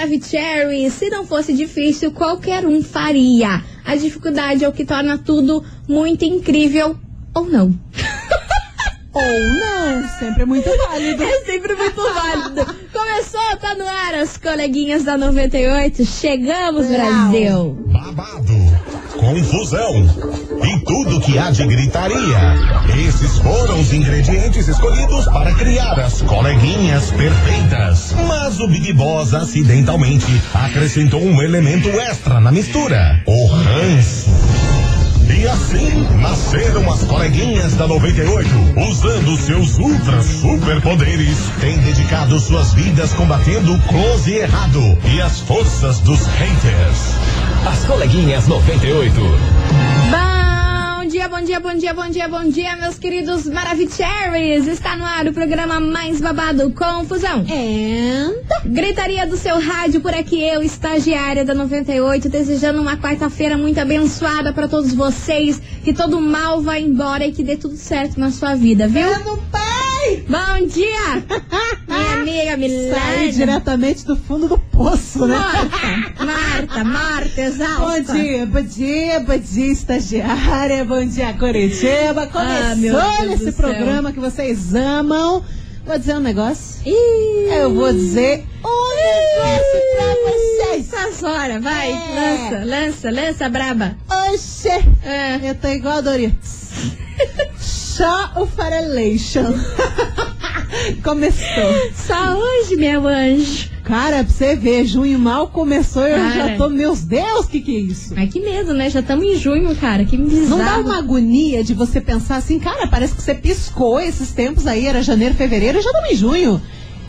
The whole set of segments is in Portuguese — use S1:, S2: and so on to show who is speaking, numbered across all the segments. S1: Baby Cherry. Se não fosse difícil, qualquer um faria. A dificuldade é o que torna tudo muito incrível ou não.
S2: Ou não, sempre é muito válido.
S1: É sempre muito válido. Começou, tá no ar as coleguinhas da 98. Chegamos, Brasil.
S3: Babado, confusão e tudo que há de gritaria. Esses foram os ingredientes escolhidos para criar as coleguinhas perfeitas. Mas o Big Boss acidentalmente acrescentou um elemento extra na mistura: o ranço. E assim nasceram as coleguinhas da 98, usando seus ultra superpoderes, têm dedicado suas vidas combatendo o close e errado e as forças dos haters.
S4: As coleguinhas 98.
S1: Bom dia, bom dia, bom dia, bom dia, bom dia, meus queridos Maravicheries. Está no ar o programa mais babado Confusão.
S2: And...
S1: Gritaria do seu rádio, por aqui eu, estagiária da 98, desejando uma quarta-feira muito abençoada pra todos vocês, que todo mal vá embora e que dê tudo certo na sua vida, viu?
S2: Vamos, pai!
S1: Bom dia! Minha amiga
S2: Sai
S1: Milena.
S2: diretamente do fundo do poço, né?
S1: Marta, Marta, Marta,
S2: Bom
S1: exalta.
S2: dia, bom dia, bom dia, estagiária, bom dia, Curitiba.
S1: Ah, meu
S2: Começou
S1: Deus do céu.
S2: esse programa que vocês amam. Vou dizer um negócio.
S1: Ih,
S2: Eu vou dizer um negócio pra vocês.
S1: Essas horas, vai,
S2: É.
S1: lança, lança, lança, braba.
S2: Oxê!
S1: É.
S2: Eu tô igual a Doritos. Só o Farelation. Começou.
S1: Só hoje, meu anjo.
S2: Cara, pra você ver, junho mal começou e eu
S1: Cara.
S2: já tô. Meus Deus, que que é isso?
S1: Ai, que medo, né? Já estamos em junho, cara. Que
S2: Não
S1: bizarro.
S2: dá uma agonia de você pensar assim, cara, parece que você piscou esses tempos aí, era janeiro, fevereiro, e já estamos em junho.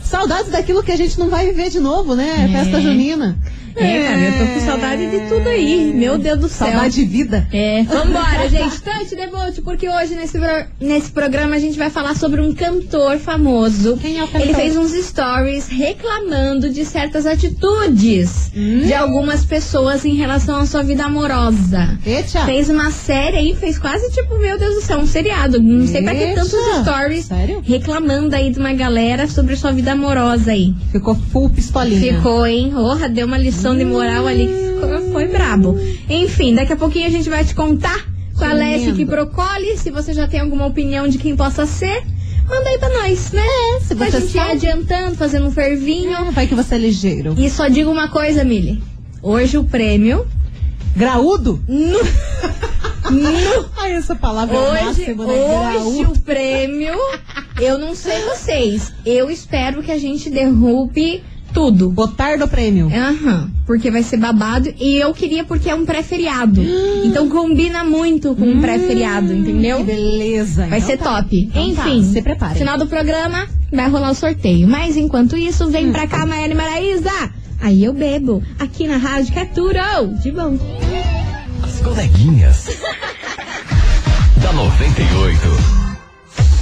S2: Saudades daquilo que a gente não vai viver de novo, né?
S1: É.
S2: Festa junina.
S1: É, cara, eu tô com saudade de tudo aí. Meu Deus do céu.
S2: Saudade de vida.
S1: É, vambora, gente. Tante Devote, porque hoje nesse, pro- nesse programa a gente vai falar sobre um cantor famoso.
S2: Quem é o cantor?
S1: Ele fez uns stories reclamando de certas atitudes de algumas pessoas em relação à sua vida amorosa.
S2: Eita!
S1: Fez uma série aí, fez quase tipo, meu Deus do céu, um seriado. Não sei pra que
S2: Eita.
S1: tantos stories
S2: Sério?
S1: reclamando aí de uma galera sobre sua vida amorosa aí.
S2: Ficou full pistolinha.
S1: Ficou, hein? Porra, deu uma lição de moral ali que ficou- foi brabo. Enfim, daqui a pouquinho a gente vai te contar qual é esse que
S2: Tremendo.
S1: procole. Se você já tem alguma opinião de quem possa ser, manda aí pra nós, né? É,
S2: se
S1: pra
S2: você
S1: gente ir
S2: sabe.
S1: adiantando, fazendo um fervinho.
S2: Vai que você é ligeiro.
S1: E só digo uma coisa, Mili. Hoje o prêmio.
S2: Graúdo?
S1: No, no,
S2: Ai, essa palavra é o
S1: Hum? hoje,
S2: máximo, né?
S1: hoje
S2: Graúdo.
S1: o prêmio. Eu não sei vocês. Eu espero que a gente derrube tudo.
S2: Botar do prêmio.
S1: Aham, porque vai ser babado. E eu queria porque é um pré-feriado. então combina muito com um pré-feriado, entendeu?
S2: Hum, Que beleza.
S1: Vai
S2: Então
S1: ser
S2: tá.
S1: top.
S2: Então tá,
S1: Enfim,
S2: se preparem.
S1: final do programa vai rolar o sorteio. Mas enquanto isso,
S2: Hum.
S1: vem pra cá, Maiane Maraíza. Aí eu bebo, aqui na Rádio Caturo. De bom.
S4: As coleguinhas. da 98.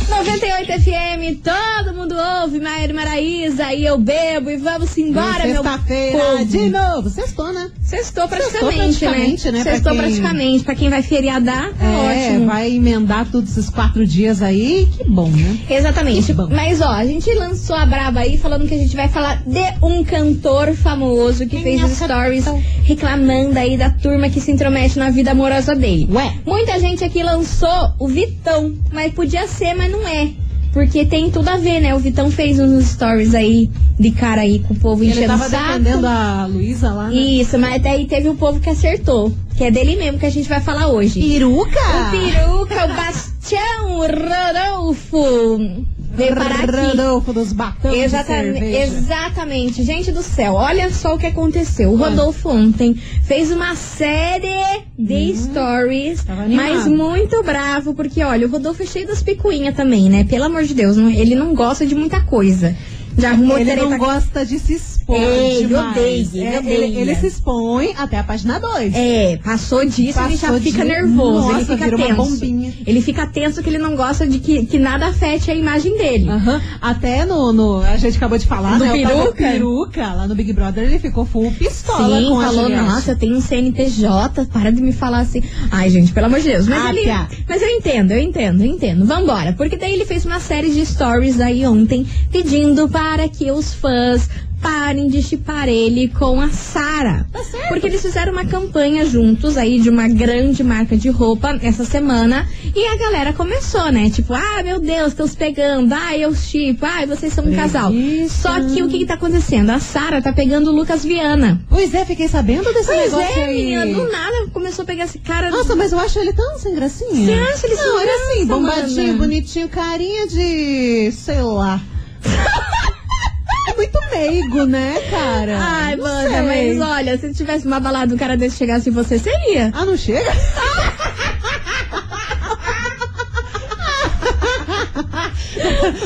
S1: 98 FM, todo mundo ouve, Maiane Maraíza. Aí eu bebo e vamos embora, meu
S2: Sexta-feira
S1: povo.
S2: de novo. Sextou, né?
S1: Sextou
S2: Sextou
S1: praticamente,
S2: praticamente,
S1: né?
S2: né, pra
S1: Sextou
S2: quem-
S1: praticamente. Pra quem vai feriadar, tá
S2: é,
S1: ótimo.
S2: vai emendar todos esses quatro dias aí. Que bom, né?
S1: Exatamente.
S2: Que bom.
S1: Mas ó, a gente lançou a braba aí falando que a gente vai falar de um cantor famoso que
S2: é
S1: fez os stories reclamando aí da turma que se intromete na vida amorosa dele.
S2: Ué.
S1: Muita gente aqui lançou o Vitão, mas podia ser, mas não é. Porque tem tudo a ver, né? O Vitão fez uns stories aí de cara aí com o povo
S2: Ele
S1: enchendo o
S2: tava
S1: saco.
S2: defendendo a Luísa lá. Né?
S1: Isso, mas até aí teve o povo que acertou. Que é dele mesmo que a gente vai falar hoje.
S2: Peruca!
S1: O peruca, o Bastião Rodolfo. Veio parar aqui.
S2: Rodolfo dos batons de
S1: Exatamente,
S2: cerveja.
S1: exatamente. Gente do céu, olha só o que aconteceu.
S2: Ah.
S1: O Rodolfo ontem fez uma série de stories,
S2: Uhum. Tava animado.
S1: mas muito bravo, porque olha, o Rodolfo é cheio das picuinhas também, né? Pelo amor de Deus, não- ele não gosta de muita coisa. Já arrumou
S2: Ele
S1: treta
S2: não gosta de se expor
S1: tá Ei, ele
S2: demais.
S1: odeia, ele
S2: É, ele,
S1: odeia.
S2: ele se expõe até a página 2.
S1: É, passou disso, ele já
S2: Passou
S1: fica
S2: de-
S1: nervoso, ele
S2: Nossa,
S1: fica
S2: vira uma
S1: tenso.
S2: bombinha.
S1: Ele fica tenso que ele não gosta de que, que nada afete a imagem dele.
S2: Aham. Até no, no- A gente acabou de falar,
S1: Do
S2: né? o tal
S1: peruca?
S2: peruca, lá no Big Brother, ele ficou full pistola
S1: Sim,
S2: com a
S1: falou,
S2: Juliette.
S1: nossa, eu tenho um CNPJ, para de me falar assim. Ai, gente, pelo amor de Deus. Mas,
S2: Ah,
S1: ele-
S2: piá.
S1: mas eu entendo, eu entendo, eu entendo. Vambora. Porque daí ele fez uma série de stories aí ontem, pedindo para que os fãs pa- parem de chipar ele com a Sara.
S2: Tá certo.
S1: Porque eles fizeram uma campanha juntos aí de uma grande marca de roupa essa semana. E a galera começou, né? Tipo, ah, meu Deus, estão se pegando. Ah, eu chipo. Ah, vocês são um
S2: É
S1: casal.
S2: Preguiça.
S1: Só que o que, que tá acontecendo? A Sara tá pegando o Lucas Viana.
S2: Pois é, fiquei sabendo desse
S1: Pois
S2: negócio
S1: é,
S2: aí.
S1: menina, do nada começou a pegar esse cara.
S2: Nossa, mas eu acho ele tão sem gracinha.
S1: Você acha ele sem
S2: Não, ele é assim,
S1: graça,
S2: bombadinho,
S1: mana?
S2: bonitinho, carinha de. sei lá. é muito meigo, né, cara?
S1: Ai,
S2: Não
S1: mano,
S2: sei.
S1: mas olha, se tivesse uma balada um cara desse chegasse em você, seria.
S2: Ah, não chega?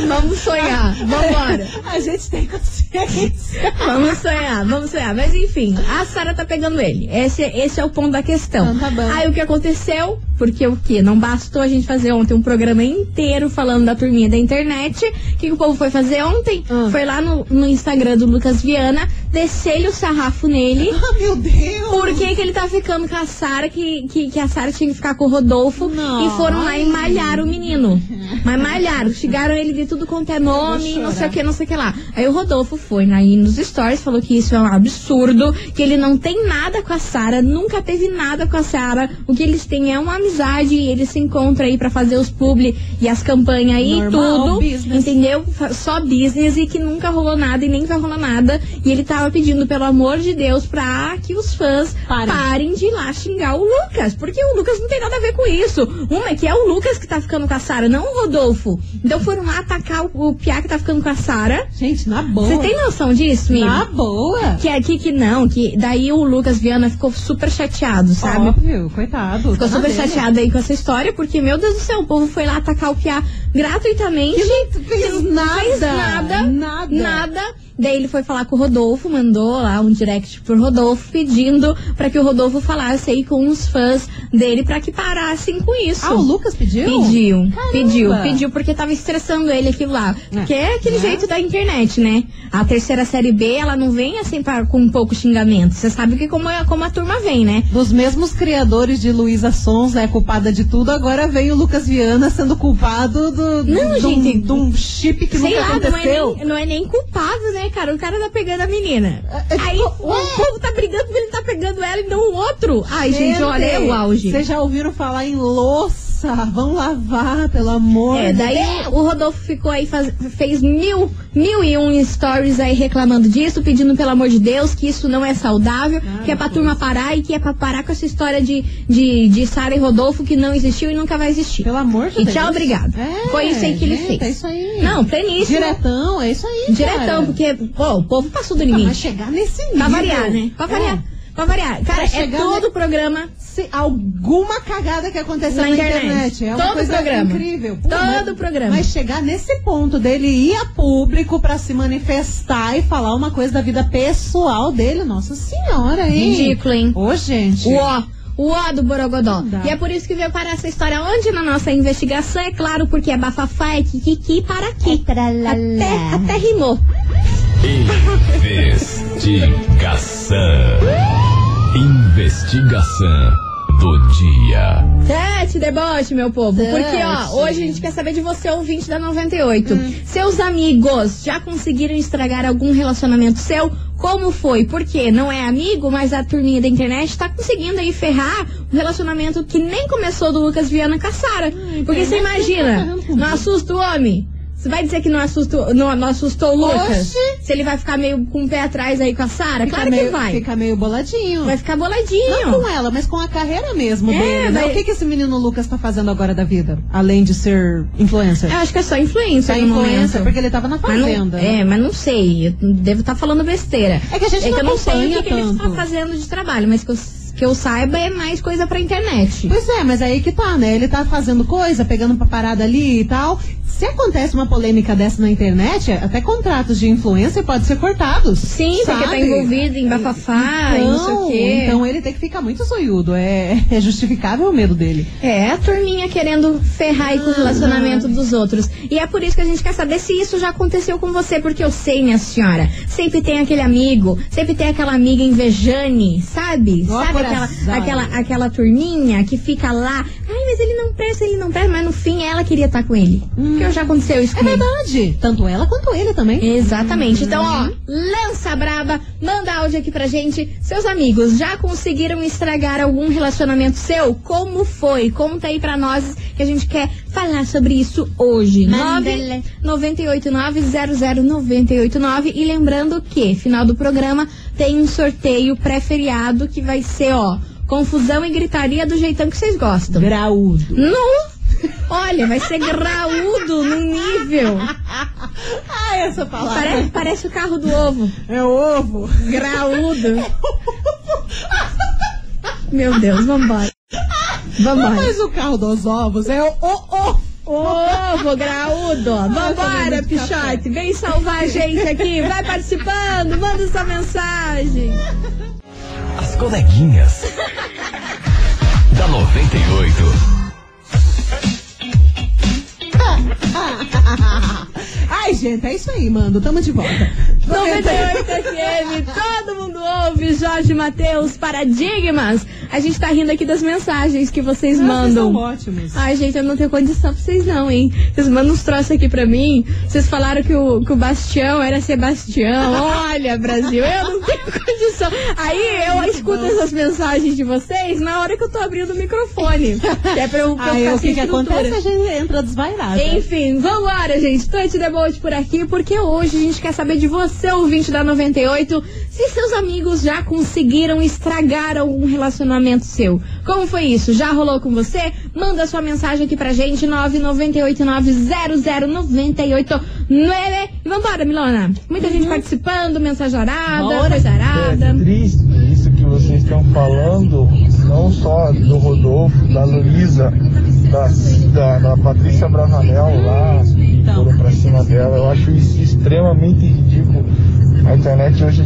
S1: Vamos sonhar, vambora.
S2: A gente tem consciência.
S1: Vamos sonhar, vamos sonhar. Mas enfim, a Sara tá pegando ele. Esse, esse é o ponto da questão.
S2: Então tá bom.
S1: Aí o que aconteceu? Porque o que? Não bastou a gente fazer ontem um programa inteiro falando da turminha da internet. O que, que o povo foi fazer ontem?
S2: Ah.
S1: Foi lá no, no Instagram do Lucas Viana, descer o sarrafo nele.
S2: Ah, meu Deus!
S1: Por que, que ele tá ficando com a Sara, que, que, que a Sara tinha que ficar com o Rodolfo?
S2: Não.
S1: E foram lá e malharam o menino. Mas malharam, xingaram ele de tudo quanto é nome,
S2: chorar.
S1: não sei o que, não sei o que lá. Aí o Rodolfo foi aí nos stories, falou que isso é um absurdo, que ele não tem nada com a Sara, nunca teve nada com a Sara. O que eles têm é uma amizade e eles se encontram aí pra fazer os publi e as campanhas aí e
S2: Normal,
S1: tudo. Então,
S2: business.
S1: Entendeu? Fa- Só business e que nunca rolou nada e nem vai rolar nada. E ele tava pedindo, pelo amor de Deus, pra que os fãs
S2: Parem.
S1: parem, de ir lá xingar o Lucas. Porque o Lucas não tem nada a ver com isso. Uma é que é o Lucas que tá ficando com a Sara, não o Rodolfo. Então foram lá atacar o, o Piá que tá ficando com a Sara.
S2: Gente, na boa.
S1: Você tem noção disso, menino?
S2: Na boa.
S1: Que aqui que não, que daí o Lucas Viana ficou super chateado, sabe?
S2: Óbvio, coitado.
S1: Ficou
S2: Oh. tá na
S1: super
S2: dele.
S1: chateada aí com essa história, porque, meu Deus do céu, o povo foi lá atacar o Piá gratuitamente.
S2: Gente, fez nada.
S1: fez nada,
S2: Nada.
S1: nada. Daí ele foi falar com o Rodolfo, mandou lá um direct pro Rodolfo pedindo pra que o Rodolfo falasse aí com os fãs dele pra que parassem com isso.
S2: Ah, o Lucas pediu?
S1: Pediu,
S2: Caramba.
S1: pediu, pediu, porque tava estressando ele aquilo lá. Porque é aquele jeito da internet, né? A terceira série B, ela não vem assim pra, com pouco xingamento. Você sabe que como, é- como a turma vem, né?
S2: Dos mesmos criadores de Luísa Sons, é culpada de tudo, agora vem o Lucas Viana sendo culpado do,
S1: Não,
S2: de, um-
S1: gente.
S2: de um chip que
S1: Sei
S2: nunca
S1: lá, não é,
S2: aconteceu.
S1: nem, não é nem culpado, né, cara? O cara tá pegando a menina.
S2: É,
S1: Aí o
S2: tipo,
S1: povo tá brigando porque ele tá pegando ela e não o outro. Ai, gente, olha, é o auge.
S2: Vocês já ouviram falar em louça? Vão lavar, pelo amor.
S1: É,
S2: de
S1: daí
S2: Deus.
S1: o Rodolfo ficou aí, faz- fez mil, mil e um stories aí reclamando disso, pedindo pelo amor de Deus que isso não é saudável,
S2: Ah,
S1: que é pra turma parar e que é pra parar com essa história de, de, de Sara e Rodolfo que não existiu e nunca vai existir.
S2: Pelo amor de
S1: E
S2: Deus.
S1: tchau, obrigado.
S2: É,
S1: Foi isso aí que ele
S2: gente,
S1: fez.
S2: É isso aí.
S1: Não, pleníssimo.
S2: Diretão, é isso aí.
S1: Diretão,
S2: cara.
S1: porque pô, o povo passou do
S2: Ah,
S1: limite.
S2: mas chegar nesse nível.
S1: Pra variar, né? Pra variar.
S2: É. né?
S1: Pra variar. Cara, é
S2: chegar
S1: todo
S2: na-
S1: o programa.
S2: Se alguma cagada que aconteceu
S1: Na
S2: na, internet.
S1: internet.
S2: É uma
S1: Todo
S2: coisa
S1: programa.
S2: incrível.
S1: Todo
S2: mas-
S1: programa.
S2: Mas chegar nesse ponto dele ir a público pra se manifestar e falar uma coisa da vida pessoal dele, nossa senhora, hein?
S1: Ridículo, hein?
S2: Ô, gente.
S1: O ó. O ó do Borogodó.
S2: Não dá.
S1: E é por isso que veio parar essa história onde na nossa investigação, é claro, porque é bafafá, é kikiki para aqui.
S2: É
S1: Até, até rimou.
S4: Investigação. Investigação do dia.
S1: Tete, deboche, meu povo.
S2: Tete.
S1: Porque, ó, hoje a gente quer saber de você, ouvinte da 98.
S2: Hum.
S1: Seus amigos já conseguiram estragar algum relacionamento seu? Como foi? Por quê? Não é amigo, mas a turminha da internet tá conseguindo aí ferrar o relacionamento que nem começou do Lucas Viana com a Sara. Porque
S2: tá
S1: você imagina,
S2: caramba.
S1: não assusta o homem. Você vai dizer que não, assusta, não, não assustou o Lucas?
S2: Oxi.
S1: Se ele vai ficar meio com o pé atrás aí com a Sara?
S2: Fica
S1: Claro
S2: meio,
S1: que vai.
S2: Fica meio boladinho.
S1: Vai ficar boladinho.
S2: Não com ela, mas com a carreira mesmo
S1: É,
S2: dele. né?
S1: vai-
S2: O que, que esse menino Lucas tá fazendo agora da vida? Além de ser influencer.
S1: Eu acho que é só influência
S2: Tá
S1: no
S2: influencer,
S1: momento.
S2: porque ele tava na
S1: Mas não-
S2: fazenda. né?
S1: é, mas não sei. Eu devo estar falando besteira.
S2: É que a gente
S1: que
S2: não
S1: eu não sei o que, que
S2: acompanha
S1: ele está
S2: tanto.
S1: fazendo de trabalho, mas que eu, que eu saiba é mais coisa pra internet.
S2: Pois é, mas aí que tá, né? Ele tá fazendo coisa, pegando pra parada ali e tal. Se acontece uma polêmica dessa na internet, até contratos de influencer podem ser cortados.
S1: Sim,
S2: sabe?
S1: porque tá envolvido em bafafá e não sei o
S2: Então,
S1: quê.
S2: então ele tem que ficar muito soiudo. É, é justificável o medo dele.
S1: É, a turminha querendo ferrar aí com o relacionamento dos outros. E é por isso que a gente quer saber se isso já aconteceu com você, porque eu sei, minha senhora. Sempre tem aquele amigo, sempre tem aquela amiga invejane, sabe?
S2: Ó,
S1: sabe aquela,
S2: coração.
S1: aquela, aquela turminha que fica lá. Ai, mas ele não presta, ele não presta. Mas no fim ela queria estar com ele. Porque já aconteceu isso
S2: É
S1: comigo.
S2: verdade. Tanto ela quanto ele também.
S1: Exatamente. Então, ó, lança braba, manda áudio aqui pra gente. Seus amigos já conseguiram estragar algum relacionamento seu? Como foi? Conta aí pra nós que a gente quer falar sobre isso hoje.
S5: Manda.
S1: 998900989 e lembrando que final do programa tem um sorteio pré-feriado que vai ser, ó, confusão e gritaria do jeitão que vocês gostam.
S2: Graúdo.
S1: Não. Olha, vai ser graúdo no nível.
S2: Ah, essa palavra.
S1: Parece, parece o carro do ovo.
S2: É ovo.
S1: Graúdo. Meu Deus, vambora. Vambora.
S2: Mas o carro dos ovos é o o
S1: Ovo, graúdo. Vambora, Pichote. Vem salvar a gente aqui. Vai participando, manda sua mensagem.
S4: As coleguinhas. da 98.
S2: Ai, gente, é isso aí, mando. Tamo de volta.
S1: 98 FM, todo mundo ouve. Jorge Matheus, Paradigmas. A gente tá rindo aqui das mensagens que vocês mandam.
S2: São ótimos.
S1: Ai, gente, eu não tenho condição pra vocês não, hein? Vocês mandam uns troços aqui pra mim. Vocês falaram que o, que o Bastião era Sebastião. Olha, Brasil, eu não tenho condição. Aí eu escuto essas mensagens de vocês na hora que eu tô abrindo o microfone. Que é pra eu, pra eu ficar um
S2: Aí Ah, o que,
S1: sem
S2: que
S1: estrutura.
S2: acontece? A gente entra desvairada.
S1: Enfim, vambora, gente. Tante Debote por aqui, porque hoje a gente quer saber de você, ouvinte da 98, se seus amigos já conseguiram estragar algum relacionamento seu. Como foi isso? Já rolou com você? Manda sua mensagem aqui pra gente, 998900989. E vambora, Milona. Muita gente participando, mensagem arada,
S2: Bora.
S1: coisa arada.
S6: É triste isso que vocês estão falando, não só do Rodolfo, da Luísa, da, da, da Patrícia Bravanel lá, que foram pra cima dela. Eu acho isso extremamente ridículo. A internet hoje,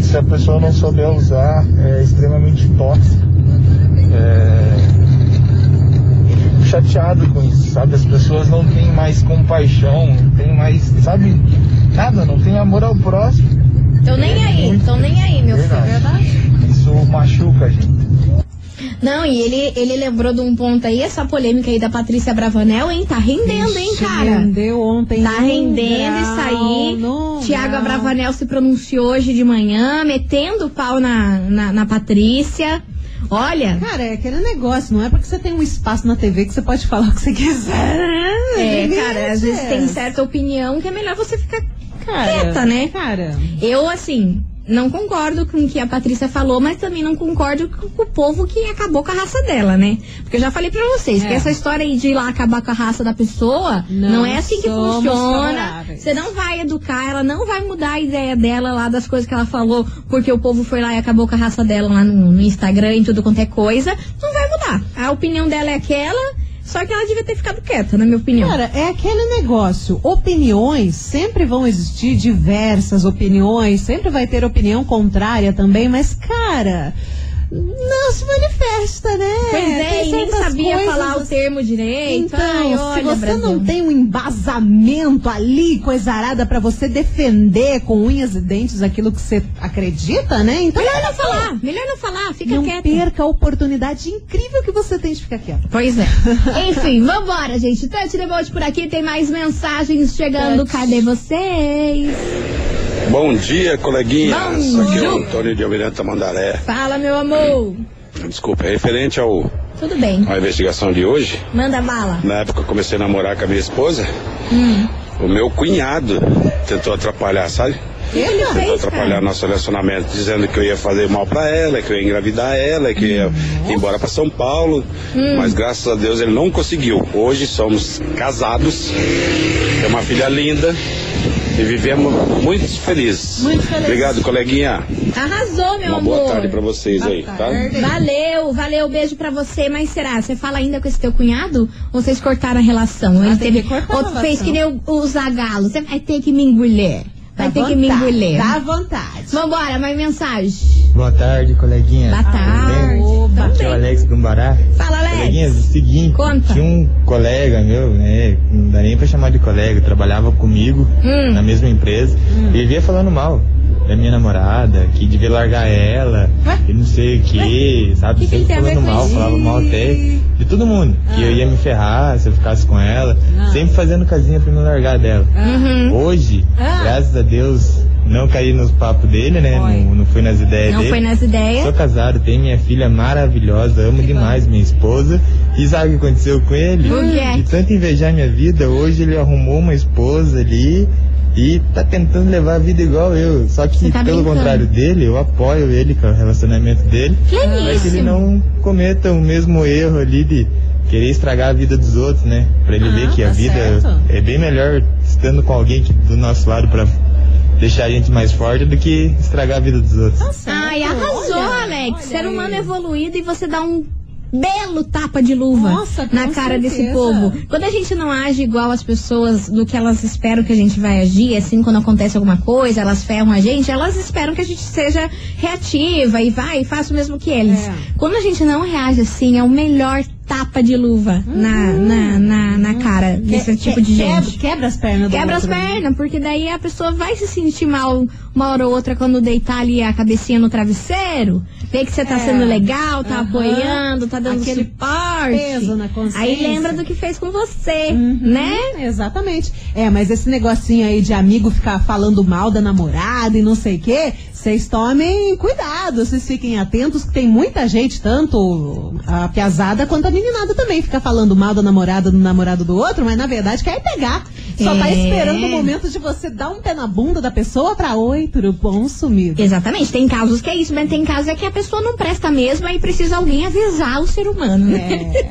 S6: se a pessoa não souber usar, é extremamente tóxica. É... eu fico chateado com isso, sabe? As pessoas não têm mais compaixão, não têm mais, sabe? Nada, não tem amor ao próximo.
S1: Tô nem aí, tô nem aí, meu filho.
S6: Isso machuca a gente.
S1: Não, e ele, ele lembrou de um ponto aí, essa polêmica aí da Patrícia Bravanel, hein? Tá rendendo, hein, cara?
S2: Rendeu ontem.
S1: Tá
S2: num
S1: rendendo isso
S2: grau,
S1: aí.
S2: num
S1: Tiago
S2: grau.
S1: Abravanel se pronunciou hoje de manhã, metendo o pau na, na, na Patrícia. Olha,
S2: Cara, é aquele negócio, não é porque você tem um espaço na TV que você pode falar o que você quiser.
S1: é, cara, às vezes tem
S2: Limites.
S1: certa opinião que é melhor você ficar
S2: Cara,
S1: quieta, né?
S2: Cara,
S1: Eu, assim, não concordo com o que a Patrícia falou, mas também não concordo com o povo que acabou com a raça dela, né? Porque eu já falei pra vocês
S2: É.
S1: que essa história aí de ir lá acabar com a raça da pessoa não,
S2: Não
S1: é assim que
S2: somos
S1: funciona.
S2: favoráveis.
S1: Você não vai educar, ela não vai mudar a ideia dela lá das coisas que ela falou, porque o povo foi lá e acabou com a raça dela lá no, no Instagram e tudo quanto é coisa. Não vai mudar. A opinião dela é aquela, só que ela devia ter ficado quieta, na minha opinião.
S2: Cara, é aquele negócio. Opiniões sempre vão existir diversas opiniões, sempre vai ter opinião contrária também, mas cara, não se manifesta, né?
S1: Pois é,
S2: Tem
S1: e nem
S2: certas
S1: sabia
S2: coisas assim.
S1: falar o termo direito.
S2: Então,
S1: Ai, olha,
S2: se você
S1: Brasil.
S2: não tem um embasamento ali, coisa arada, pra você defender com unhas e dentes aquilo que você acredita, né? Então,
S1: Melhor não falar, melhor não falar, fica
S2: não
S1: quieto.
S2: perca a oportunidade incrível que você tem de ficar quieto.
S1: Pois é. Enfim, vambora, gente. Tante Debote por aqui, tem mais mensagens chegando. Cadê vocês?
S7: Bom dia, coleguinhas.
S1: Bom
S7: Aqui é o
S1: dia.
S7: Antônio de Almirante Mandaré.
S1: Fala, meu amor.
S7: Desculpa, é referente ao,
S1: Tudo bem,
S7: à investigação de hoje,
S1: manda bala.
S7: na época que eu comecei a namorar com a minha esposa, o meu cunhado tentou atrapalhar, sabe?
S1: Ele
S7: Tentou
S1: fez,
S7: atrapalhar
S1: cara.
S7: nosso relacionamento, dizendo que eu ia fazer mal pra ela, que eu ia engravidar ela, que eu ia ir embora pra São Paulo. Mas graças a Deus ele não conseguiu. Hoje somos casados, temos uma filha linda e vivemos muito felizes.
S2: Muito felizes.
S7: Obrigado, coleguinha.
S1: Arrasou, meu
S7: Uma
S1: amor.
S7: boa tarde pra vocês
S2: Boa
S7: aí, tá?
S2: tarde.
S1: Valeu, valeu, beijo pra você. Mas será? Você fala ainda com esse teu cunhado? Ou vocês cortaram a relação? Ele
S2: Ah, tem
S1: teve.
S2: que cortar a
S1: Outro fez
S2: relação.
S1: que nem o, o Zagalo. Você vai ter que me engolir. Vai
S2: Dá
S1: ter que me
S2: Tá vontade, Tá.
S1: engolir.
S2: Dá vontade.
S1: Vambora, mais mensagem.
S6: Boa tarde, coleguinha.
S1: Boa tarde.
S2: Oba.
S6: Aqui é o Alex do Bará.
S1: Ah, Fala,
S6: Coleguinhas,
S1: Alex.
S6: assim. o seguinte,
S1: Conta.
S6: tinha um colega meu, né, não dá nem pra chamar de colega, trabalhava comigo
S1: Hum.
S6: na mesma empresa, e vivia falando mal da minha namorada, que devia largar ela,
S2: Ué?
S6: e não sei o que, sabe,
S1: Que que ele
S6: sempre
S1: tem a ver
S6: falando
S1: com
S6: mal,
S1: isso?
S6: falava mal até de todo mundo. Que eu ia me ferrar se eu ficasse com ela.
S2: Ah.
S6: Sempre fazendo casinha pra me largar dela.
S1: Uhum. Hum.
S6: Hoje,
S2: Ah.
S6: graças a Deus, não caí nos papos dele, né?
S2: Foi.
S6: Não, não fui nas ideias
S1: Não
S6: É dele.
S1: foi nas ideias.
S6: Sou casado, tenho minha filha maravilhosa, amo demais minha esposa. E sabe o que aconteceu com ele?
S1: O quê?
S6: De tanto invejar minha vida, hoje ele arrumou uma esposa ali e tá tentando levar a vida igual eu. Só
S1: Você
S6: que,
S1: tá
S6: pelo
S1: brincando.
S6: contrário dele, eu apoio ele com o relacionamento dele. Pra que ele
S1: Pleníssimo.
S6: não cometa o mesmo erro ali de querer estragar a vida dos outros, né? Pra ele
S2: Ah,
S6: ver que a
S2: tá
S6: vida
S2: certo.
S6: é bem melhor estando com alguém que, do nosso lado pra deixar a gente mais forte do que estragar a vida dos outros.
S2: Tá certo.
S1: Ai, arrasou,
S2: Olha,
S1: Alex.
S2: olha
S1: Ser
S2: aí.
S1: humano é evoluído e você dá um belo tapa de luva
S2: Nossa, com
S1: na cara desse
S2: certeza.
S1: povo. Quando a gente não age igual as pessoas do que elas esperam que a gente vai agir, assim, quando acontece alguma coisa, elas ferram a gente, elas esperam que a gente seja reativa e vai e faça o mesmo que eles.
S2: É.
S1: Quando a gente não reage assim, é o melhor tapa de luva na, na, na, na cara desse
S2: Uhum. Que-
S1: tipo
S2: que-
S1: de
S2: quebra-
S1: gente.
S2: Quebra as pernas do
S1: Quebra as
S2: outro, né?
S1: pernas, porque daí a pessoa vai se sentir mal uma hora ou outra quando deitar ali a cabecinha no travesseiro. Vê que você tá
S2: É.
S1: sendo legal, tá
S2: Aham.
S1: apoiando, tá dando
S2: Aquele
S1: suporte.
S2: peso na consciência.
S1: Aí lembra do que fez com você,
S2: Uhum,
S1: né?
S2: Exatamente. É, mas esse negocinho aí de amigo ficar falando mal da namorada e não sei o quê, vocês tomem cuidado, vocês fiquem atentos, que tem muita gente, tanto a piazada quanto a meninada também, fica falando mal da namorada do namorado do outro, mas na verdade quer pegar. Só tá
S1: É.
S2: esperando o momento de você dar um pé na bunda da pessoa pra oi, tudo bom, sumido.
S1: Exatamente, tem casos que é isso, mas tem casos é que a pessoa não presta mesmo, aí precisa alguém avisar o ser humano, né?
S2: É,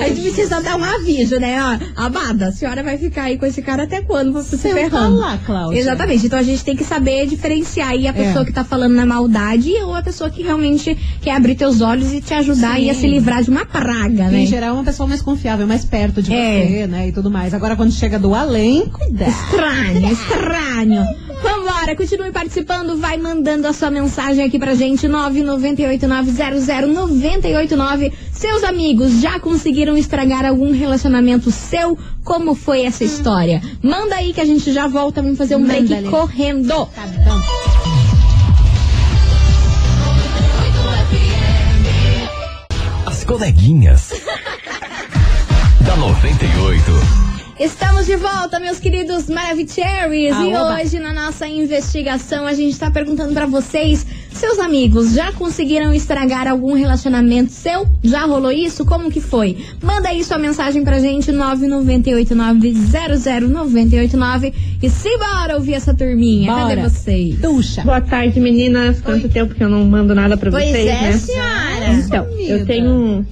S1: a gente precisa dar um aviso, né? Ó, amada, a senhora vai ficar aí com esse cara até quando? Você se
S2: Senta
S1: ferrando.
S2: lá, Cláudia.
S1: Exatamente, então a gente tem que saber diferenciar aí a pessoa
S2: É.
S1: que tá falando na maldade ou a pessoa que realmente quer abrir teus olhos e te ajudar
S2: Sim.
S1: e a se livrar de uma praga, né?
S2: Em geral, é uma pessoa mais confiável, mais perto de
S1: É.
S2: você, né? E tudo mais. Agora, quando chega do além, cuidado.
S1: Estranho, estranho. Vambora, continue participando, vai mandando a sua mensagem aqui pra gente, 998900989. Seus amigos já conseguiram estragar algum relacionamento seu? Como foi essa história? Manda aí que a gente já volta, vamos fazer um
S2: Manda
S1: break
S2: ali.
S1: correndo.
S2: Tá bom.
S4: As coleguinhas. da 98.
S1: Estamos de volta, meus queridos Maravicheries!
S2: Ah,
S1: e
S2: oba.
S1: hoje, na nossa investigação, a gente tá perguntando pra vocês: seus amigos já conseguiram estragar algum relacionamento seu? Já rolou isso? Como que foi? Manda aí sua mensagem pra gente, 998900989. E simbora ouvir essa turminha. Cadê
S2: Bora.
S1: vocês?
S2: Ducha.
S5: Boa tarde, meninas. Quanto tempo que eu não mando nada pra
S1: Pois
S5: vocês,
S1: é,
S5: né?
S1: senhora.
S5: Então,
S2: Sumida.
S5: eu tenho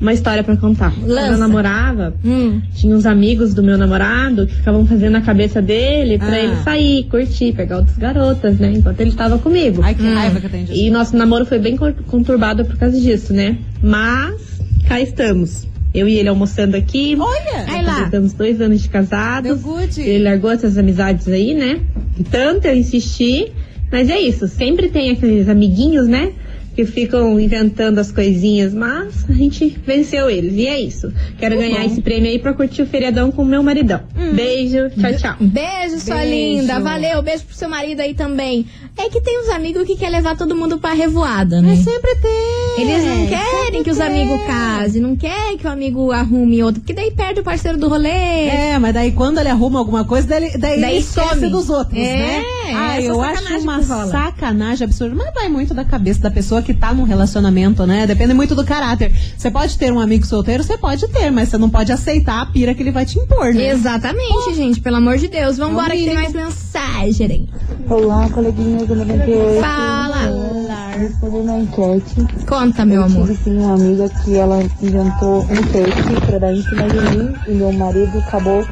S5: uma história pra contar. Quando
S1: Lança.
S5: eu namorava,
S1: Hum.
S5: tinha uns amigos do meu namorado que ficavam fazendo a cabeça dele pra
S2: Ah.
S5: ele sair, curtir, pegar outras garotas, né? Enquanto ele tava comigo.
S2: Ai, que
S1: Hum.
S2: raiva que eu tenho disso.
S5: E nosso namoro foi bem cor- conturbado por causa disso, né? Mas cá estamos. Eu e ele almoçando aqui.
S2: Olha!
S1: Aí lá.
S5: Completamos dois anos de
S2: Deu
S5: casados.
S2: good.
S5: Ele largou essas amizades aí, né? E Tanto eu insisti. Mas é isso, sempre tem aqueles amiguinhos, né? Que ficam inventando as coisinhas, mas a gente venceu eles. E é isso. Quero ganhar esse prêmio aí pra curtir o feriadão com o meu maridão. Beijo, tchau, tchau.
S1: Beijo, sua
S2: Beijo.
S1: linda. Valeu, beijo pro seu marido aí também. É que tem uns amigos que quer levar todo mundo pra revoada, né?
S2: Mas sempre tem.
S1: Eles não querem
S2: sempre
S1: que os
S2: tem.
S1: amigos casem, não querem que o amigo arrume outro, porque daí perde o parceiro do rolê.
S2: É, mas daí quando ele arruma alguma coisa, daí, daí,
S1: Daí
S2: ele esquece
S1: some.
S2: dos outros,
S1: É,
S2: né?
S1: é
S2: Ah,
S1: essa
S2: eu acho
S1: sacanagem
S2: uma
S1: que rola.
S2: sacanagem absurda. Mas vai muito da cabeça da pessoa que tá num relacionamento, né? Depende muito do caráter. Você pode ter um amigo solteiro, você pode ter, mas você não pode aceitar a pira que ele vai te impor, né?
S1: Exatamente, gente, pelo amor de Deus. Vambora que tem
S2: mínimo.
S1: mais mensagem.
S8: Olá, coleguinhas do 98.
S1: Fala.
S8: Respondendo a enquete,
S1: Conta, meu
S8: tive
S1: amor.
S8: sim uma amiga que ela inventou um fake pra dar em cima de mim e meu marido acabou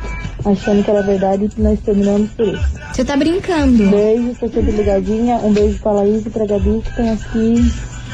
S8: achando que era verdade e nós terminamos por isso.
S1: Você tá brincando.
S8: Beijo, tô sempre ligadinha. Um beijo pra Laís e pra Gabi que estão aqui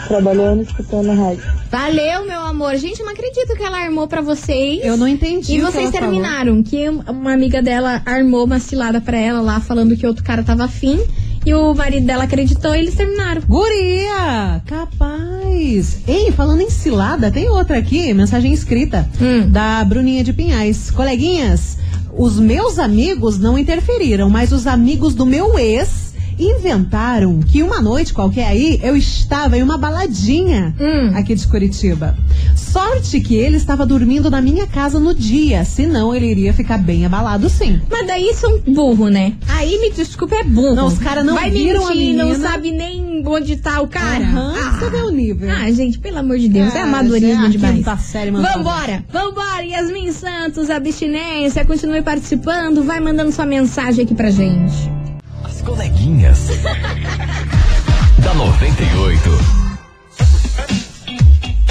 S8: trabalhando, escutando a rádio.
S1: Valeu, meu amor. Gente, eu não acredito que ela armou pra vocês.
S2: Eu não entendi.
S1: E
S2: o que
S1: vocês
S2: ela falou.
S1: terminaram, que uma amiga dela armou uma cilada pra ela lá, falando que outro cara tava afim. E o marido dela acreditou e eles terminaram.
S2: Guria, capaz. Ei, falando em cilada, tem outra aqui, mensagem escrita
S1: Hum.
S2: da Bruninha de Pinhais. Coleguinhas, os meus amigos não interferiram, mas os amigos do meu ex inventaram que uma noite qualquer aí eu estava em uma baladinha
S1: Hum.
S2: aqui de Curitiba. Sorte que ele estava dormindo na minha casa no dia, senão ele iria ficar bem abalado sim.
S1: Mas daí são burro, né? Aí me desculpa, é burro.
S2: Não, os cara não
S1: Vai
S2: viram a
S1: mentir, não
S2: menina.
S1: sabe nem onde tá o cara.
S2: Aham,
S1: Ah.
S2: Você vê o nível.
S1: Ah, gente, pelo amor de Deus, é
S2: Ah,
S1: amadorismo
S2: gente,
S1: demais.
S2: quinta série, tá mano.
S1: vambora, vambora, Yasmin Santos, abstinência, continue participando, vai mandando sua mensagem aqui pra gente.
S4: As coleguinhas. da 98.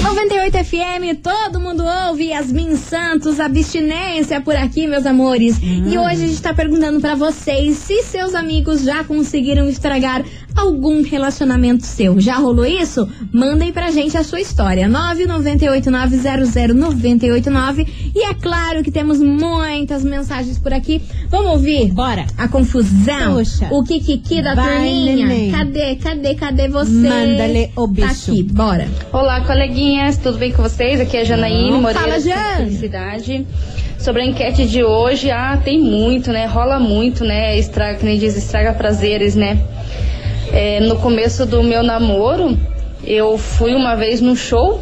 S1: 98 FM, todo mundo ouve Yasmin Santos, abstinência por aqui, meus amores.
S2: Hum.
S1: E hoje a gente tá perguntando pra vocês se seus amigos já conseguiram estragar algum relacionamento seu. Já rolou isso? Mandem pra gente a sua história. 998900989. E é claro que temos muitas mensagens por aqui. Vamos ouvir?
S2: Bora.
S1: A confusão,
S2: Puxa.
S1: o kikiki da
S2: Vai,
S1: turminha.
S2: neném.
S1: Cadê, cadê, cadê você?
S2: Manda-lhe
S1: Tá
S2: o bicho.
S1: aqui, bora.
S9: Olá, coleguinhas, tudo bem com vocês? Aqui é a Janaíne
S1: Não,
S9: Moreira.
S1: fala, Jan.
S9: Felicidade. Sobre a enquete de hoje, ah, tem muito, né? Rola muito, né? Estraga, que nem diz, estraga prazeres, né? É, no começo do meu namoro, eu fui uma vez num show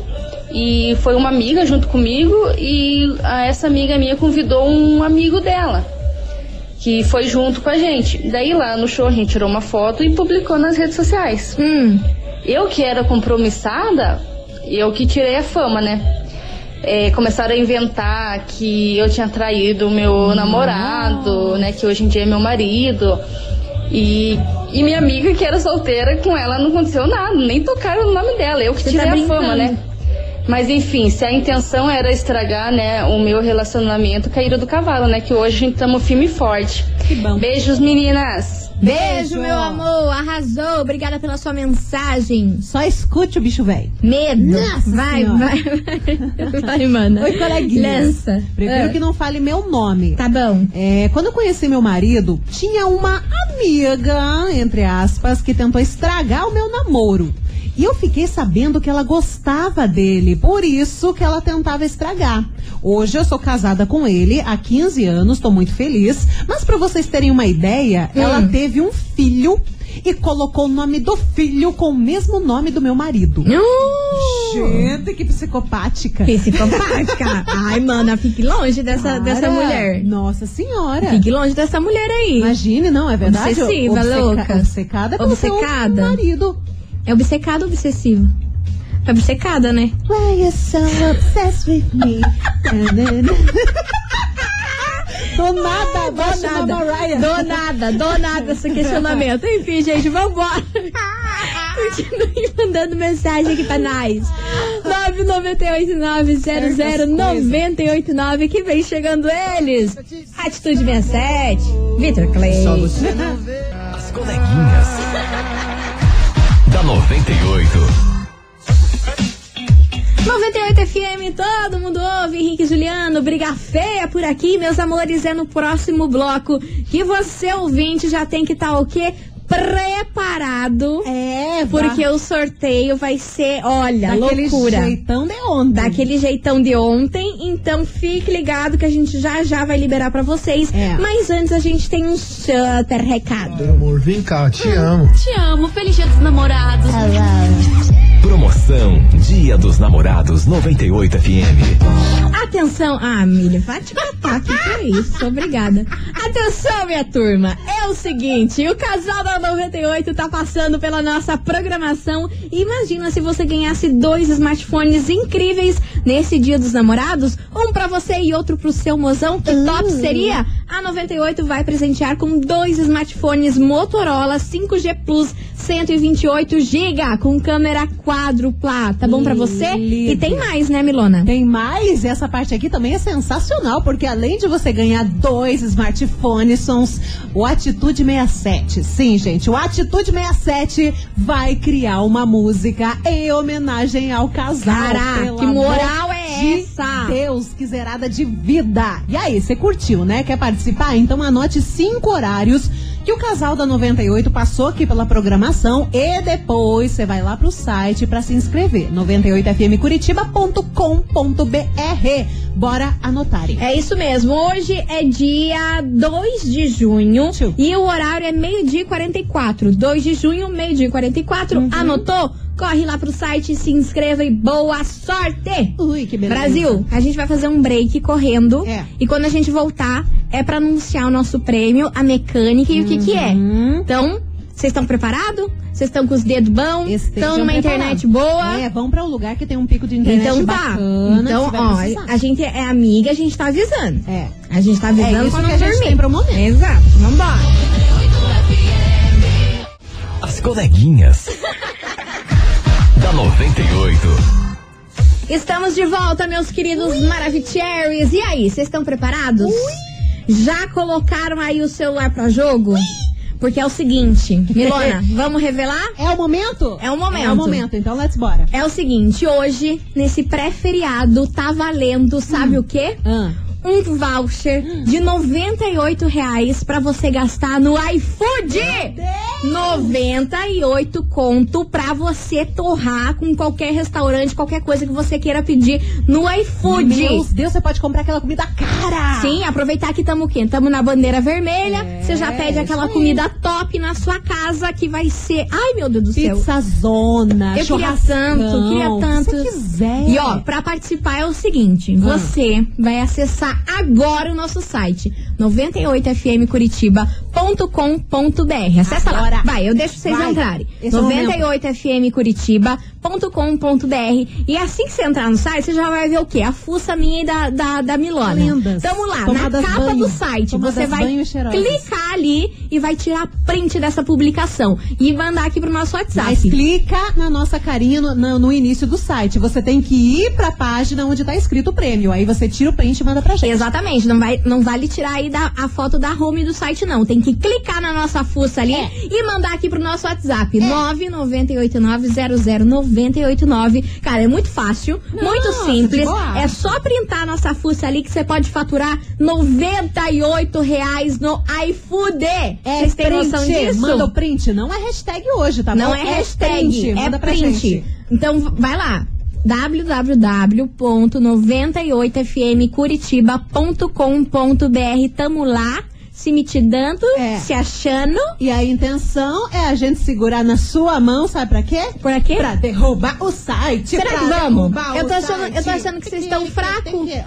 S9: e foi uma amiga junto comigo e ah, essa amiga minha convidou um amigo dela que foi junto com a gente. Daí lá no show a gente tirou uma foto e publicou nas redes sociais.
S1: Hum.
S9: Eu que era compromissada, eu que tirei a fama, né? É, começaram a inventar que eu tinha traído o meu namorado, né? Que hoje em dia é meu marido. E, e minha amiga que era solteira, com ela não aconteceu nada, nem tocaram no nome dela. Eu que
S1: Você
S9: tirei
S1: tá
S9: a fama,
S1: brincando.
S9: né? Mas enfim, se a intenção era estragar, né, o meu relacionamento, caíram do cavalo, né? Que hoje a gente tamo firme e forte.
S2: Que bom.
S9: Beijos, meninas!
S1: Beijo, meu amor. Arrasou. Obrigada pela sua mensagem.
S2: Só escute o bicho velho.
S1: Medo.
S2: Nossa
S1: vai,
S2: Senhora.
S1: vai, vai. Vai, mana.
S2: Oi, coleguinhas.
S1: Lança.
S2: Prefiro
S1: Ah,
S2: que não fale meu nome.
S1: Tá bom.
S2: É, quando eu conheci meu marido, tinha uma amiga, entre aspas, que tentou estragar o meu namoro. E eu fiquei sabendo que ela gostava dele, por isso que ela tentava estragar. Hoje eu sou casada com ele há 15 anos, tô muito feliz. Mas pra vocês terem uma ideia,
S1: Hum.
S2: ela teve um filho e colocou o nome do filho com o mesmo nome do meu marido.
S1: Uh,
S2: Gente, que psicopática.
S1: psicopática. Ai, mana, fique longe dessa, dessa
S2: Cara,
S1: mulher.
S2: Nossa senhora.
S1: Fique longe dessa mulher aí.
S2: Imagine, não, é verdade?
S1: Obsessiva, louca.
S2: Obcecada pelo
S1: Obcecada.
S2: seu marido.
S1: É obcecado ou obsessivo? É obcecada, né?
S2: Why you so obsessed with me? do nada,
S1: Do nada, do nada, do nada esse questionamento. Enfim, gente, vambora. Continue mandando mensagem aqui pra nós. 998900989 que vem chegando eles. Atitude 67, Vitor Clay.
S4: As coleguinhas. da 98.
S1: 98 FM, todo mundo ouve, Henrique e Juliano, briga feia por aqui, meus amores, é no próximo bloco que você, ouvinte, já tem que estar o quê? Preparado.
S2: É,
S1: Porque o sorteio vai ser, olha,
S2: daquele
S1: loucura.
S2: jeitão de onda.
S1: Daquele jeitão de ontem, então fique ligado que a gente já já vai liberar pra vocês.
S2: É.
S1: Mas antes a gente tem um super recado. Hum,
S6: Amor, vem cá, te amo.
S10: Te amo, feliz dia dos namorados.
S4: Promoção Dia dos Namorados 98 FM.
S1: Atenção, ah, Amília, vai te matar, que que é isso? Obrigada. Atenção, minha turma, é o seguinte, o Casal da 98 tá passando pela nossa programação. Imagina se você ganhasse dois smartphones incríveis nesse Dia dos Namorados, um pra você e outro pro seu mozão, que top seria? A 98 vai presentear com dois smartphones Motorola 5G Plus 128 GB com câmera quádrupla. Tá bom pra você? E tem mais, né, Milona?
S2: Tem mais, e essa parte aqui também é sensacional, porque além de você ganhar dois smartphones, são os- o Atitude 67. Sim, gente, o Atitude 67 vai criar uma música em homenagem ao casal.
S1: Caraca,
S2: Pelo
S1: que
S2: amor
S1: moral é
S2: de
S1: essa?
S2: Deus, que zerada de vida! E aí, você curtiu, né? Quer participar? Então anote cinco horários que o casal da 98 passou aqui pela programação e depois você vai lá pro site pra se inscrever. 98fmcuritiba.com.br Bora anotarem.
S1: É isso mesmo. Hoje é dia 2 de junho e o horário é meio-dia e 44. 2 de junho, meio-dia e 44.
S2: Uhum.
S1: Anotou? Corre lá pro site, se inscreva e boa sorte!
S2: Ui, que beleza.
S1: Brasil, a gente vai fazer um break correndo.
S2: É.
S1: E quando a gente voltar, é pra anunciar o nosso prêmio, a mecânica e o que que é.
S2: Uhum.
S1: Então, vocês estão preparados? Vocês estão com os dedos bons? Estão
S2: Estejam
S1: numa
S2: preparados.
S1: internet boa?
S2: É, vão pra um lugar que tem um pico de internet
S1: Então tá.
S2: bacana.
S1: então,
S2: que você vai
S1: ó,
S2: precisar.
S1: a gente é amiga, a gente tá avisando.
S2: É.
S1: A gente tá
S2: É
S1: avisando
S2: isso
S1: pra
S2: que
S1: não
S2: a gente tem
S1: dormir.
S2: pra um momento.
S1: Exato, vambora.
S4: As coleguinhas. da 98.
S1: Estamos de volta, meus queridos Maravicheries. E aí, vocês estão preparados? Já colocaram aí o celular pra jogo? Porque é o seguinte, Milona, vamos revelar?
S2: É o momento?
S1: É o momento.
S2: É o momento, então let's bora.
S1: É o seguinte, hoje, nesse pré-feriado, tá valendo, sabe o quê?
S2: Ah.
S1: Um voucher de 98 reais pra você gastar no iFood! 98 conto pra você torrar com qualquer restaurante, qualquer coisa que você queira pedir no iFood.
S2: Meu Deus, você pode comprar aquela comida cara.
S1: Sim, aproveitar que estamos quê? Estamos na bandeira vermelha.
S2: É,
S1: Você já pede aquela comida top na sua casa que vai ser. Ai, meu Deus do céu.
S2: Pizza zona,
S1: Eu queria
S2: churrascão,
S1: tanto, queria tanto.
S2: Se quiser. Ah.
S1: E ó, pra participar é o seguinte: você vai acessar agora o nosso site 98fmcuritiba.com.br. Acessa
S2: Agora.
S1: lá. Vai, eu deixo vocês
S2: Vai.
S1: entrarem.
S2: Esse é o momento.
S1: 98fmcuritiba.com.br. E assim que você entrar no site, você já vai ver o quê? A fuça minha e da, da, da Milona.
S2: Lindas.
S1: Tamo lá,
S2: Tomadas
S1: na capa
S2: banho.
S1: do site.
S2: Tomadas
S1: você vai
S2: banho e cheirosas.
S1: clicar ali e vai tirar print dessa publicação e mandar aqui pro nosso WhatsApp.
S2: Mas clica Tá, na nossa carinha no, na- no início do site. Você tem que ir pra página onde tá escrito o prêmio. Aí você tira o print e manda pra gente.
S1: Exatamente, não, vai, não vale tirar aí da, a foto da home do site, não. Tem que clicar na nossa fuça ali
S2: É.
S1: e mandar aqui pro nosso WhatsApp. 998900989. Cara, é muito fácil, muito
S2: tá de
S1: simples.
S2: boa.
S1: É só printar a nossa fuça ali que você pode faturar R$ 98 reais no iFood.
S2: É
S1: Vocês têm noção
S2: print.
S1: disso?
S2: Manda o print. Não é hashtag hoje, tá
S1: Não
S2: bom?
S1: é hashtag,
S2: print.
S1: é
S2: Manda pra
S1: print.
S2: gente.
S1: Então v- vai lá www.98fmcuritiba.com.br Tamo lá, se mitidando,
S2: É.
S1: se achando.
S2: E a intenção é a gente segurar na sua mão, sabe pra quê?
S1: Por aqui?
S2: Pra derrubar o site.
S1: Será
S2: pra
S1: que vamos?
S2: derrubar
S1: Eu tô
S2: o
S1: achando-
S2: site.
S1: eu tô achando que vocês
S2: é?
S1: estão fraco.
S2: Ô, gente!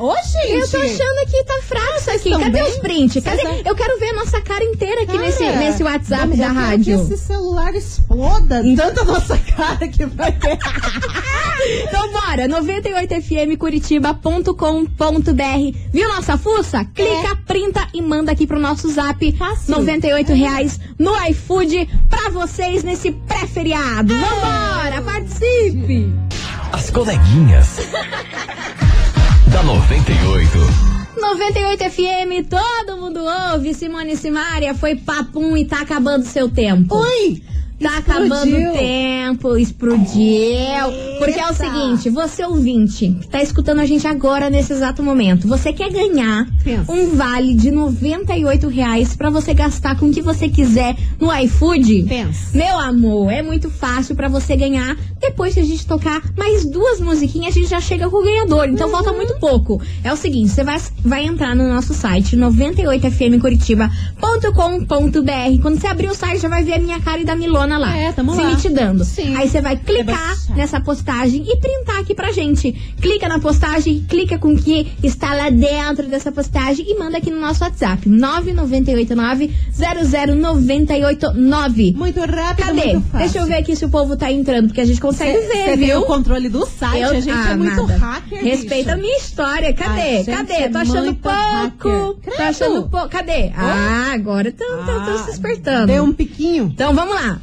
S1: Eu tô achando que tá fraco isso aqui.
S2: tão
S1: Cadê
S2: bem?
S1: os prints? Cadê?
S2: Vocês
S1: Eu quero ver a nossa cara inteira aqui
S2: Cara,
S1: nesse, nesse WhatsApp
S2: vamos-
S1: da
S2: eu quero
S1: rádio.
S2: Que esse celular exploda tanto a nossa cara que vai ter.
S1: Então bora, 98fmcuritiba.com.br. Viu nossa fuça? Clica, printa e manda aqui pro nosso zap. R$ 98 reais no iFood pra vocês nesse pré-feriado. Vambora, participe!
S4: As coleguinhas. da 98.
S1: 98FM, todo mundo ouve. Simone Simaria foi papum e tá acabando seu tempo.
S2: Oi!
S1: Tá acabando
S2: Explodiu.
S1: o tempo, explodiu. Porque é o seguinte, você ouvinte, que tá escutando a gente agora nesse exato momento, você quer ganhar
S2: Pensa.
S1: um vale de 98 reais pra você gastar com o que você quiser no iFood?
S2: Pensa.
S1: Meu amor, é muito fácil pra você ganhar. Depois que a gente tocar mais duas musiquinhas, a gente já chega com o ganhador. Então falta
S2: Uhum.
S1: muito pouco. É o seguinte, você vai, vai entrar no nosso site 98fmcuritiba.com.br. Quando você abrir o site, já vai ver a minha cara e da Milona lá.
S2: É, tamo
S1: se
S2: lá.
S1: mitidando.
S2: Sim.
S1: Aí você vai clicar
S2: baixar.
S1: nessa postagem e printar aqui pra gente. Clica na postagem, clica com o que está lá dentro dessa postagem e manda aqui no nosso WhatsApp 9989 00989.
S2: Muito rápido,
S1: Cadê?
S2: muito fácil.
S1: Deixa eu ver aqui se o povo tá entrando, porque a gente consegue
S2: Cê-
S1: ver,
S2: cê tem
S1: viu?
S2: o controle do site,
S1: Eu-
S2: a gente é
S1: Ah,
S2: muito
S1: nada.
S2: hacker.
S1: Respeita a
S2: bicho.
S1: minha história. Cadê?
S2: A gente
S1: Cadê?
S2: é
S1: Tô achando
S2: muito
S1: pouco.
S2: hacker.
S1: Tô achando
S2: Credo.
S1: pouco. Cadê? Ah, agora estão
S2: Ah,
S1: se despertando.
S2: Deu um piquinho.
S1: Então vamos lá,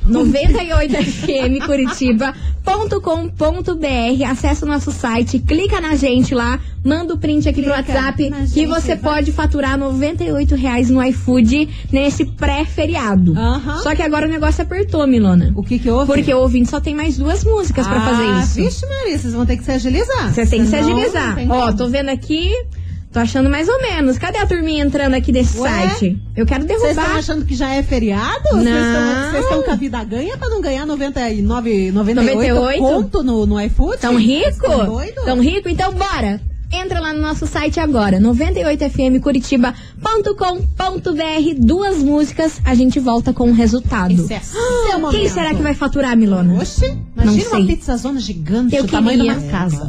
S1: 98fmcuritiba.com.br, acessa o nosso site, clica na gente lá, manda o print aqui
S2: Clica
S1: pro WhatsApp
S2: na
S1: que
S2: gente,
S1: você
S2: vai.
S1: pode faturar R$ 98 reais no iFood nesse pré-feriado.
S2: Aham.
S1: Só que agora o negócio apertou, Milona.
S2: O que que houve?
S1: Porque o ouvinte só tem mais duas músicas pra fazer
S2: Ah,
S1: isso.
S2: Vixe, Maria, vocês vão ter que se agilizar.
S1: Você tem que se
S2: Senão,
S1: agilizar.
S2: não tem
S1: Ó,
S2: como.
S1: tô vendo aqui, tô achando mais ou menos. Cadê a turminha entrando aqui desse
S2: Ué?
S1: site? Eu quero
S2: Vocês estão
S1: derrubar.
S2: achando que já é feriado? Vocês
S1: Não.
S2: estão- Vocês estão com a vida ganha pra não ganhar 99, 98,
S1: 98?
S2: conto no, no iFood?
S1: Tão rico?
S2: Tão doido?
S1: Tão rico? Então bora! Entra lá no nosso site agora, 98fmcuritiba.com.br. Duas músicas, a gente volta com o resultado.
S2: Esse é seu
S1: Quem
S2: momento.
S1: será que vai faturar, Milona?
S2: Oxi,
S1: Não
S2: imagina
S1: sei.
S2: uma pizza zona gigante
S1: Eu
S2: do tamanho de
S1: queria.
S2: uma casa.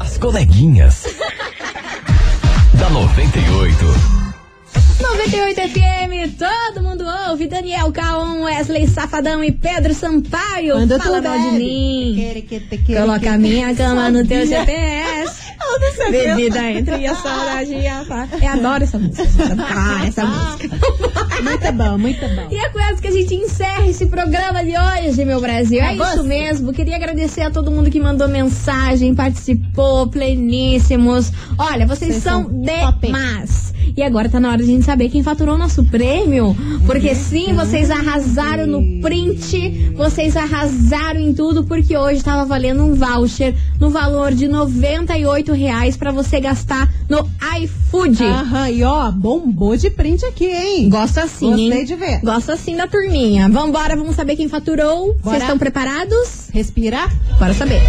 S4: As coleguinhas. da 98.
S1: 98 FM, todo mundo ouve. Daniel Caon, Wesley Safadão e Pedro Sampaio.
S2: Quando tu
S1: Fala mal de
S2: bebe.
S1: mim.
S2: Tequere, tequere,
S1: Coloca a minha cama no teu
S2: Sabia.
S1: GPS.
S2: Eu não sabia.
S1: Bebida entre a saudade e a paz. Eu adoro essa música. Ah, essa música.
S2: tá. Muito bom, muito bom.
S1: E é com essa que a gente encerra esse programa de hoje, meu Brasil. É
S2: Acabou-se.
S1: isso mesmo. Queria agradecer a todo mundo que mandou mensagem, participou, pleníssimos. Olha, vocês,
S2: Vocês
S1: são,
S2: são top.
S1: demais. E agora tá na hora de a gente saber quem faturou o nosso prêmio. Porque sim, vocês arrasaram no print, vocês arrasaram em tudo, porque hoje tava valendo um voucher no valor de R$ 98 reais pra você gastar no iFood.
S2: Aham, e ó, bombou de print aqui, hein?
S1: Gosto assim,
S2: Gostei
S1: hein?
S2: de ver.
S1: Gosto assim da turminha. Vambora, vamos saber quem faturou.
S2: Bora.
S1: Vocês estão preparados?
S2: Respirar?
S1: Bora saber.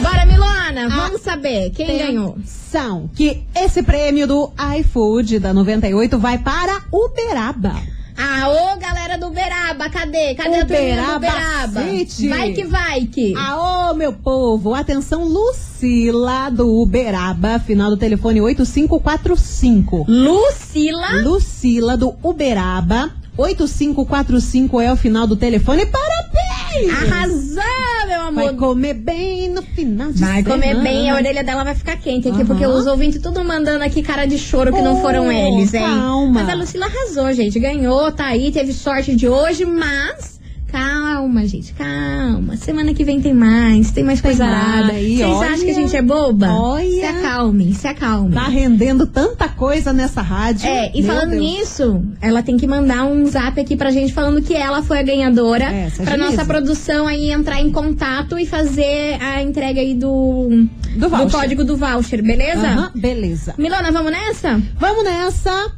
S1: Bora, Milona, vamos saber quem ganhou.
S2: São que esse prêmio do iFood da 98 vai para Uberaba.
S1: Ah, ô galera do Uberaba, cadê? Cadê a turminha do
S2: Uberaba,
S1: Uberaba?
S2: cacete.
S1: Vai que vai que.
S2: Aô, meu povo! Atenção, Lucila do Uberaba, final do telefone 8545.
S1: Lucila.
S2: Lucila do Uberaba, 8545 é o final do telefone. Parabéns!
S1: Arrasou, meu amor.
S2: Vai comer bem no final de
S1: Vai
S2: semana.
S1: comer bem, a orelha dela vai ficar quente aqui,
S2: é Aham.
S1: porque os ouvintes tudo mandando aqui cara de choro que não
S2: Oh,
S1: foram eles, hein?
S2: calma.
S1: Mas a Lucila arrasou, gente. Ganhou, tá aí, teve sorte de hoje, mas. Calma, gente, calma. Semana que vem tem mais, tem mais coisa
S2: mais aí,
S1: Vocês
S2: olha.
S1: acham que a gente é boba?
S2: Olha.
S1: Se acalmem, se acalmem.
S2: Tá rendendo tanta coisa nessa rádio.
S1: É, e
S2: Meu
S1: falando
S2: Deus.
S1: nisso, ela tem que mandar um zap aqui pra gente falando que ela foi a ganhadora.
S2: É, se
S1: pra
S2: agiliza.
S1: nossa produção aí entrar em contato e fazer a entrega aí do,
S2: Do voucher.
S1: código do voucher, beleza?
S2: Aham, beleza.
S1: Milona, vamos nessa?
S2: Vamos nessa.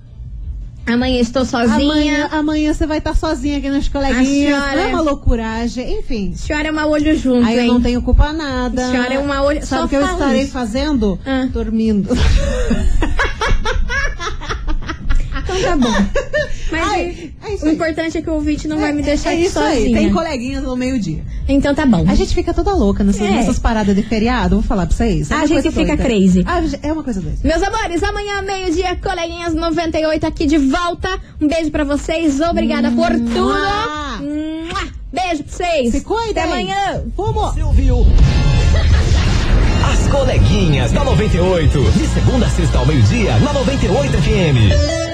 S1: Amanhã estou sozinha.
S2: Amanhã, amanhã você vai estar sozinha aqui nas coleguinhas.
S1: A senhora-
S2: É uma loucuragem. Enfim.
S1: A senhora é uma olho junto,
S2: Aí eu
S1: hein?
S2: não tenho culpa nada.
S1: A senhora é uma olho-
S2: Sabe
S1: só
S2: o que eu
S1: fala
S2: estarei
S1: isso.
S2: fazendo?
S1: Ah.
S2: Dormindo.
S1: Então tá bom. Mas
S2: Ai, é isso
S1: o
S2: aí.
S1: importante é que o ouvinte não vai me deixar
S2: é
S1: aqui
S2: isso aí.
S1: sozinha.
S2: Tem coleguinhas no meio-dia.
S1: Então tá bom.
S2: A gente fica toda louca nessas,
S1: É.
S2: nessas paradas de feriado. Vou falar pra vocês. É
S1: A
S2: uma
S1: gente
S2: coisa
S1: fica
S2: doida.
S1: crazy.
S2: Ah, é uma coisa doida.
S1: Meus amores, amanhã, meio-dia, coleguinhas 98 aqui de volta. Um beijo pra vocês, obrigada por
S2: Mua.
S1: tudo. Mua. Beijo pra vocês.
S2: Ah, Se cuidem.
S1: Até amanhã.
S2: Vamos.
S4: Você ouviu? As coleguinhas da 98. De segunda a sexta ao meio-dia, na 98 FM.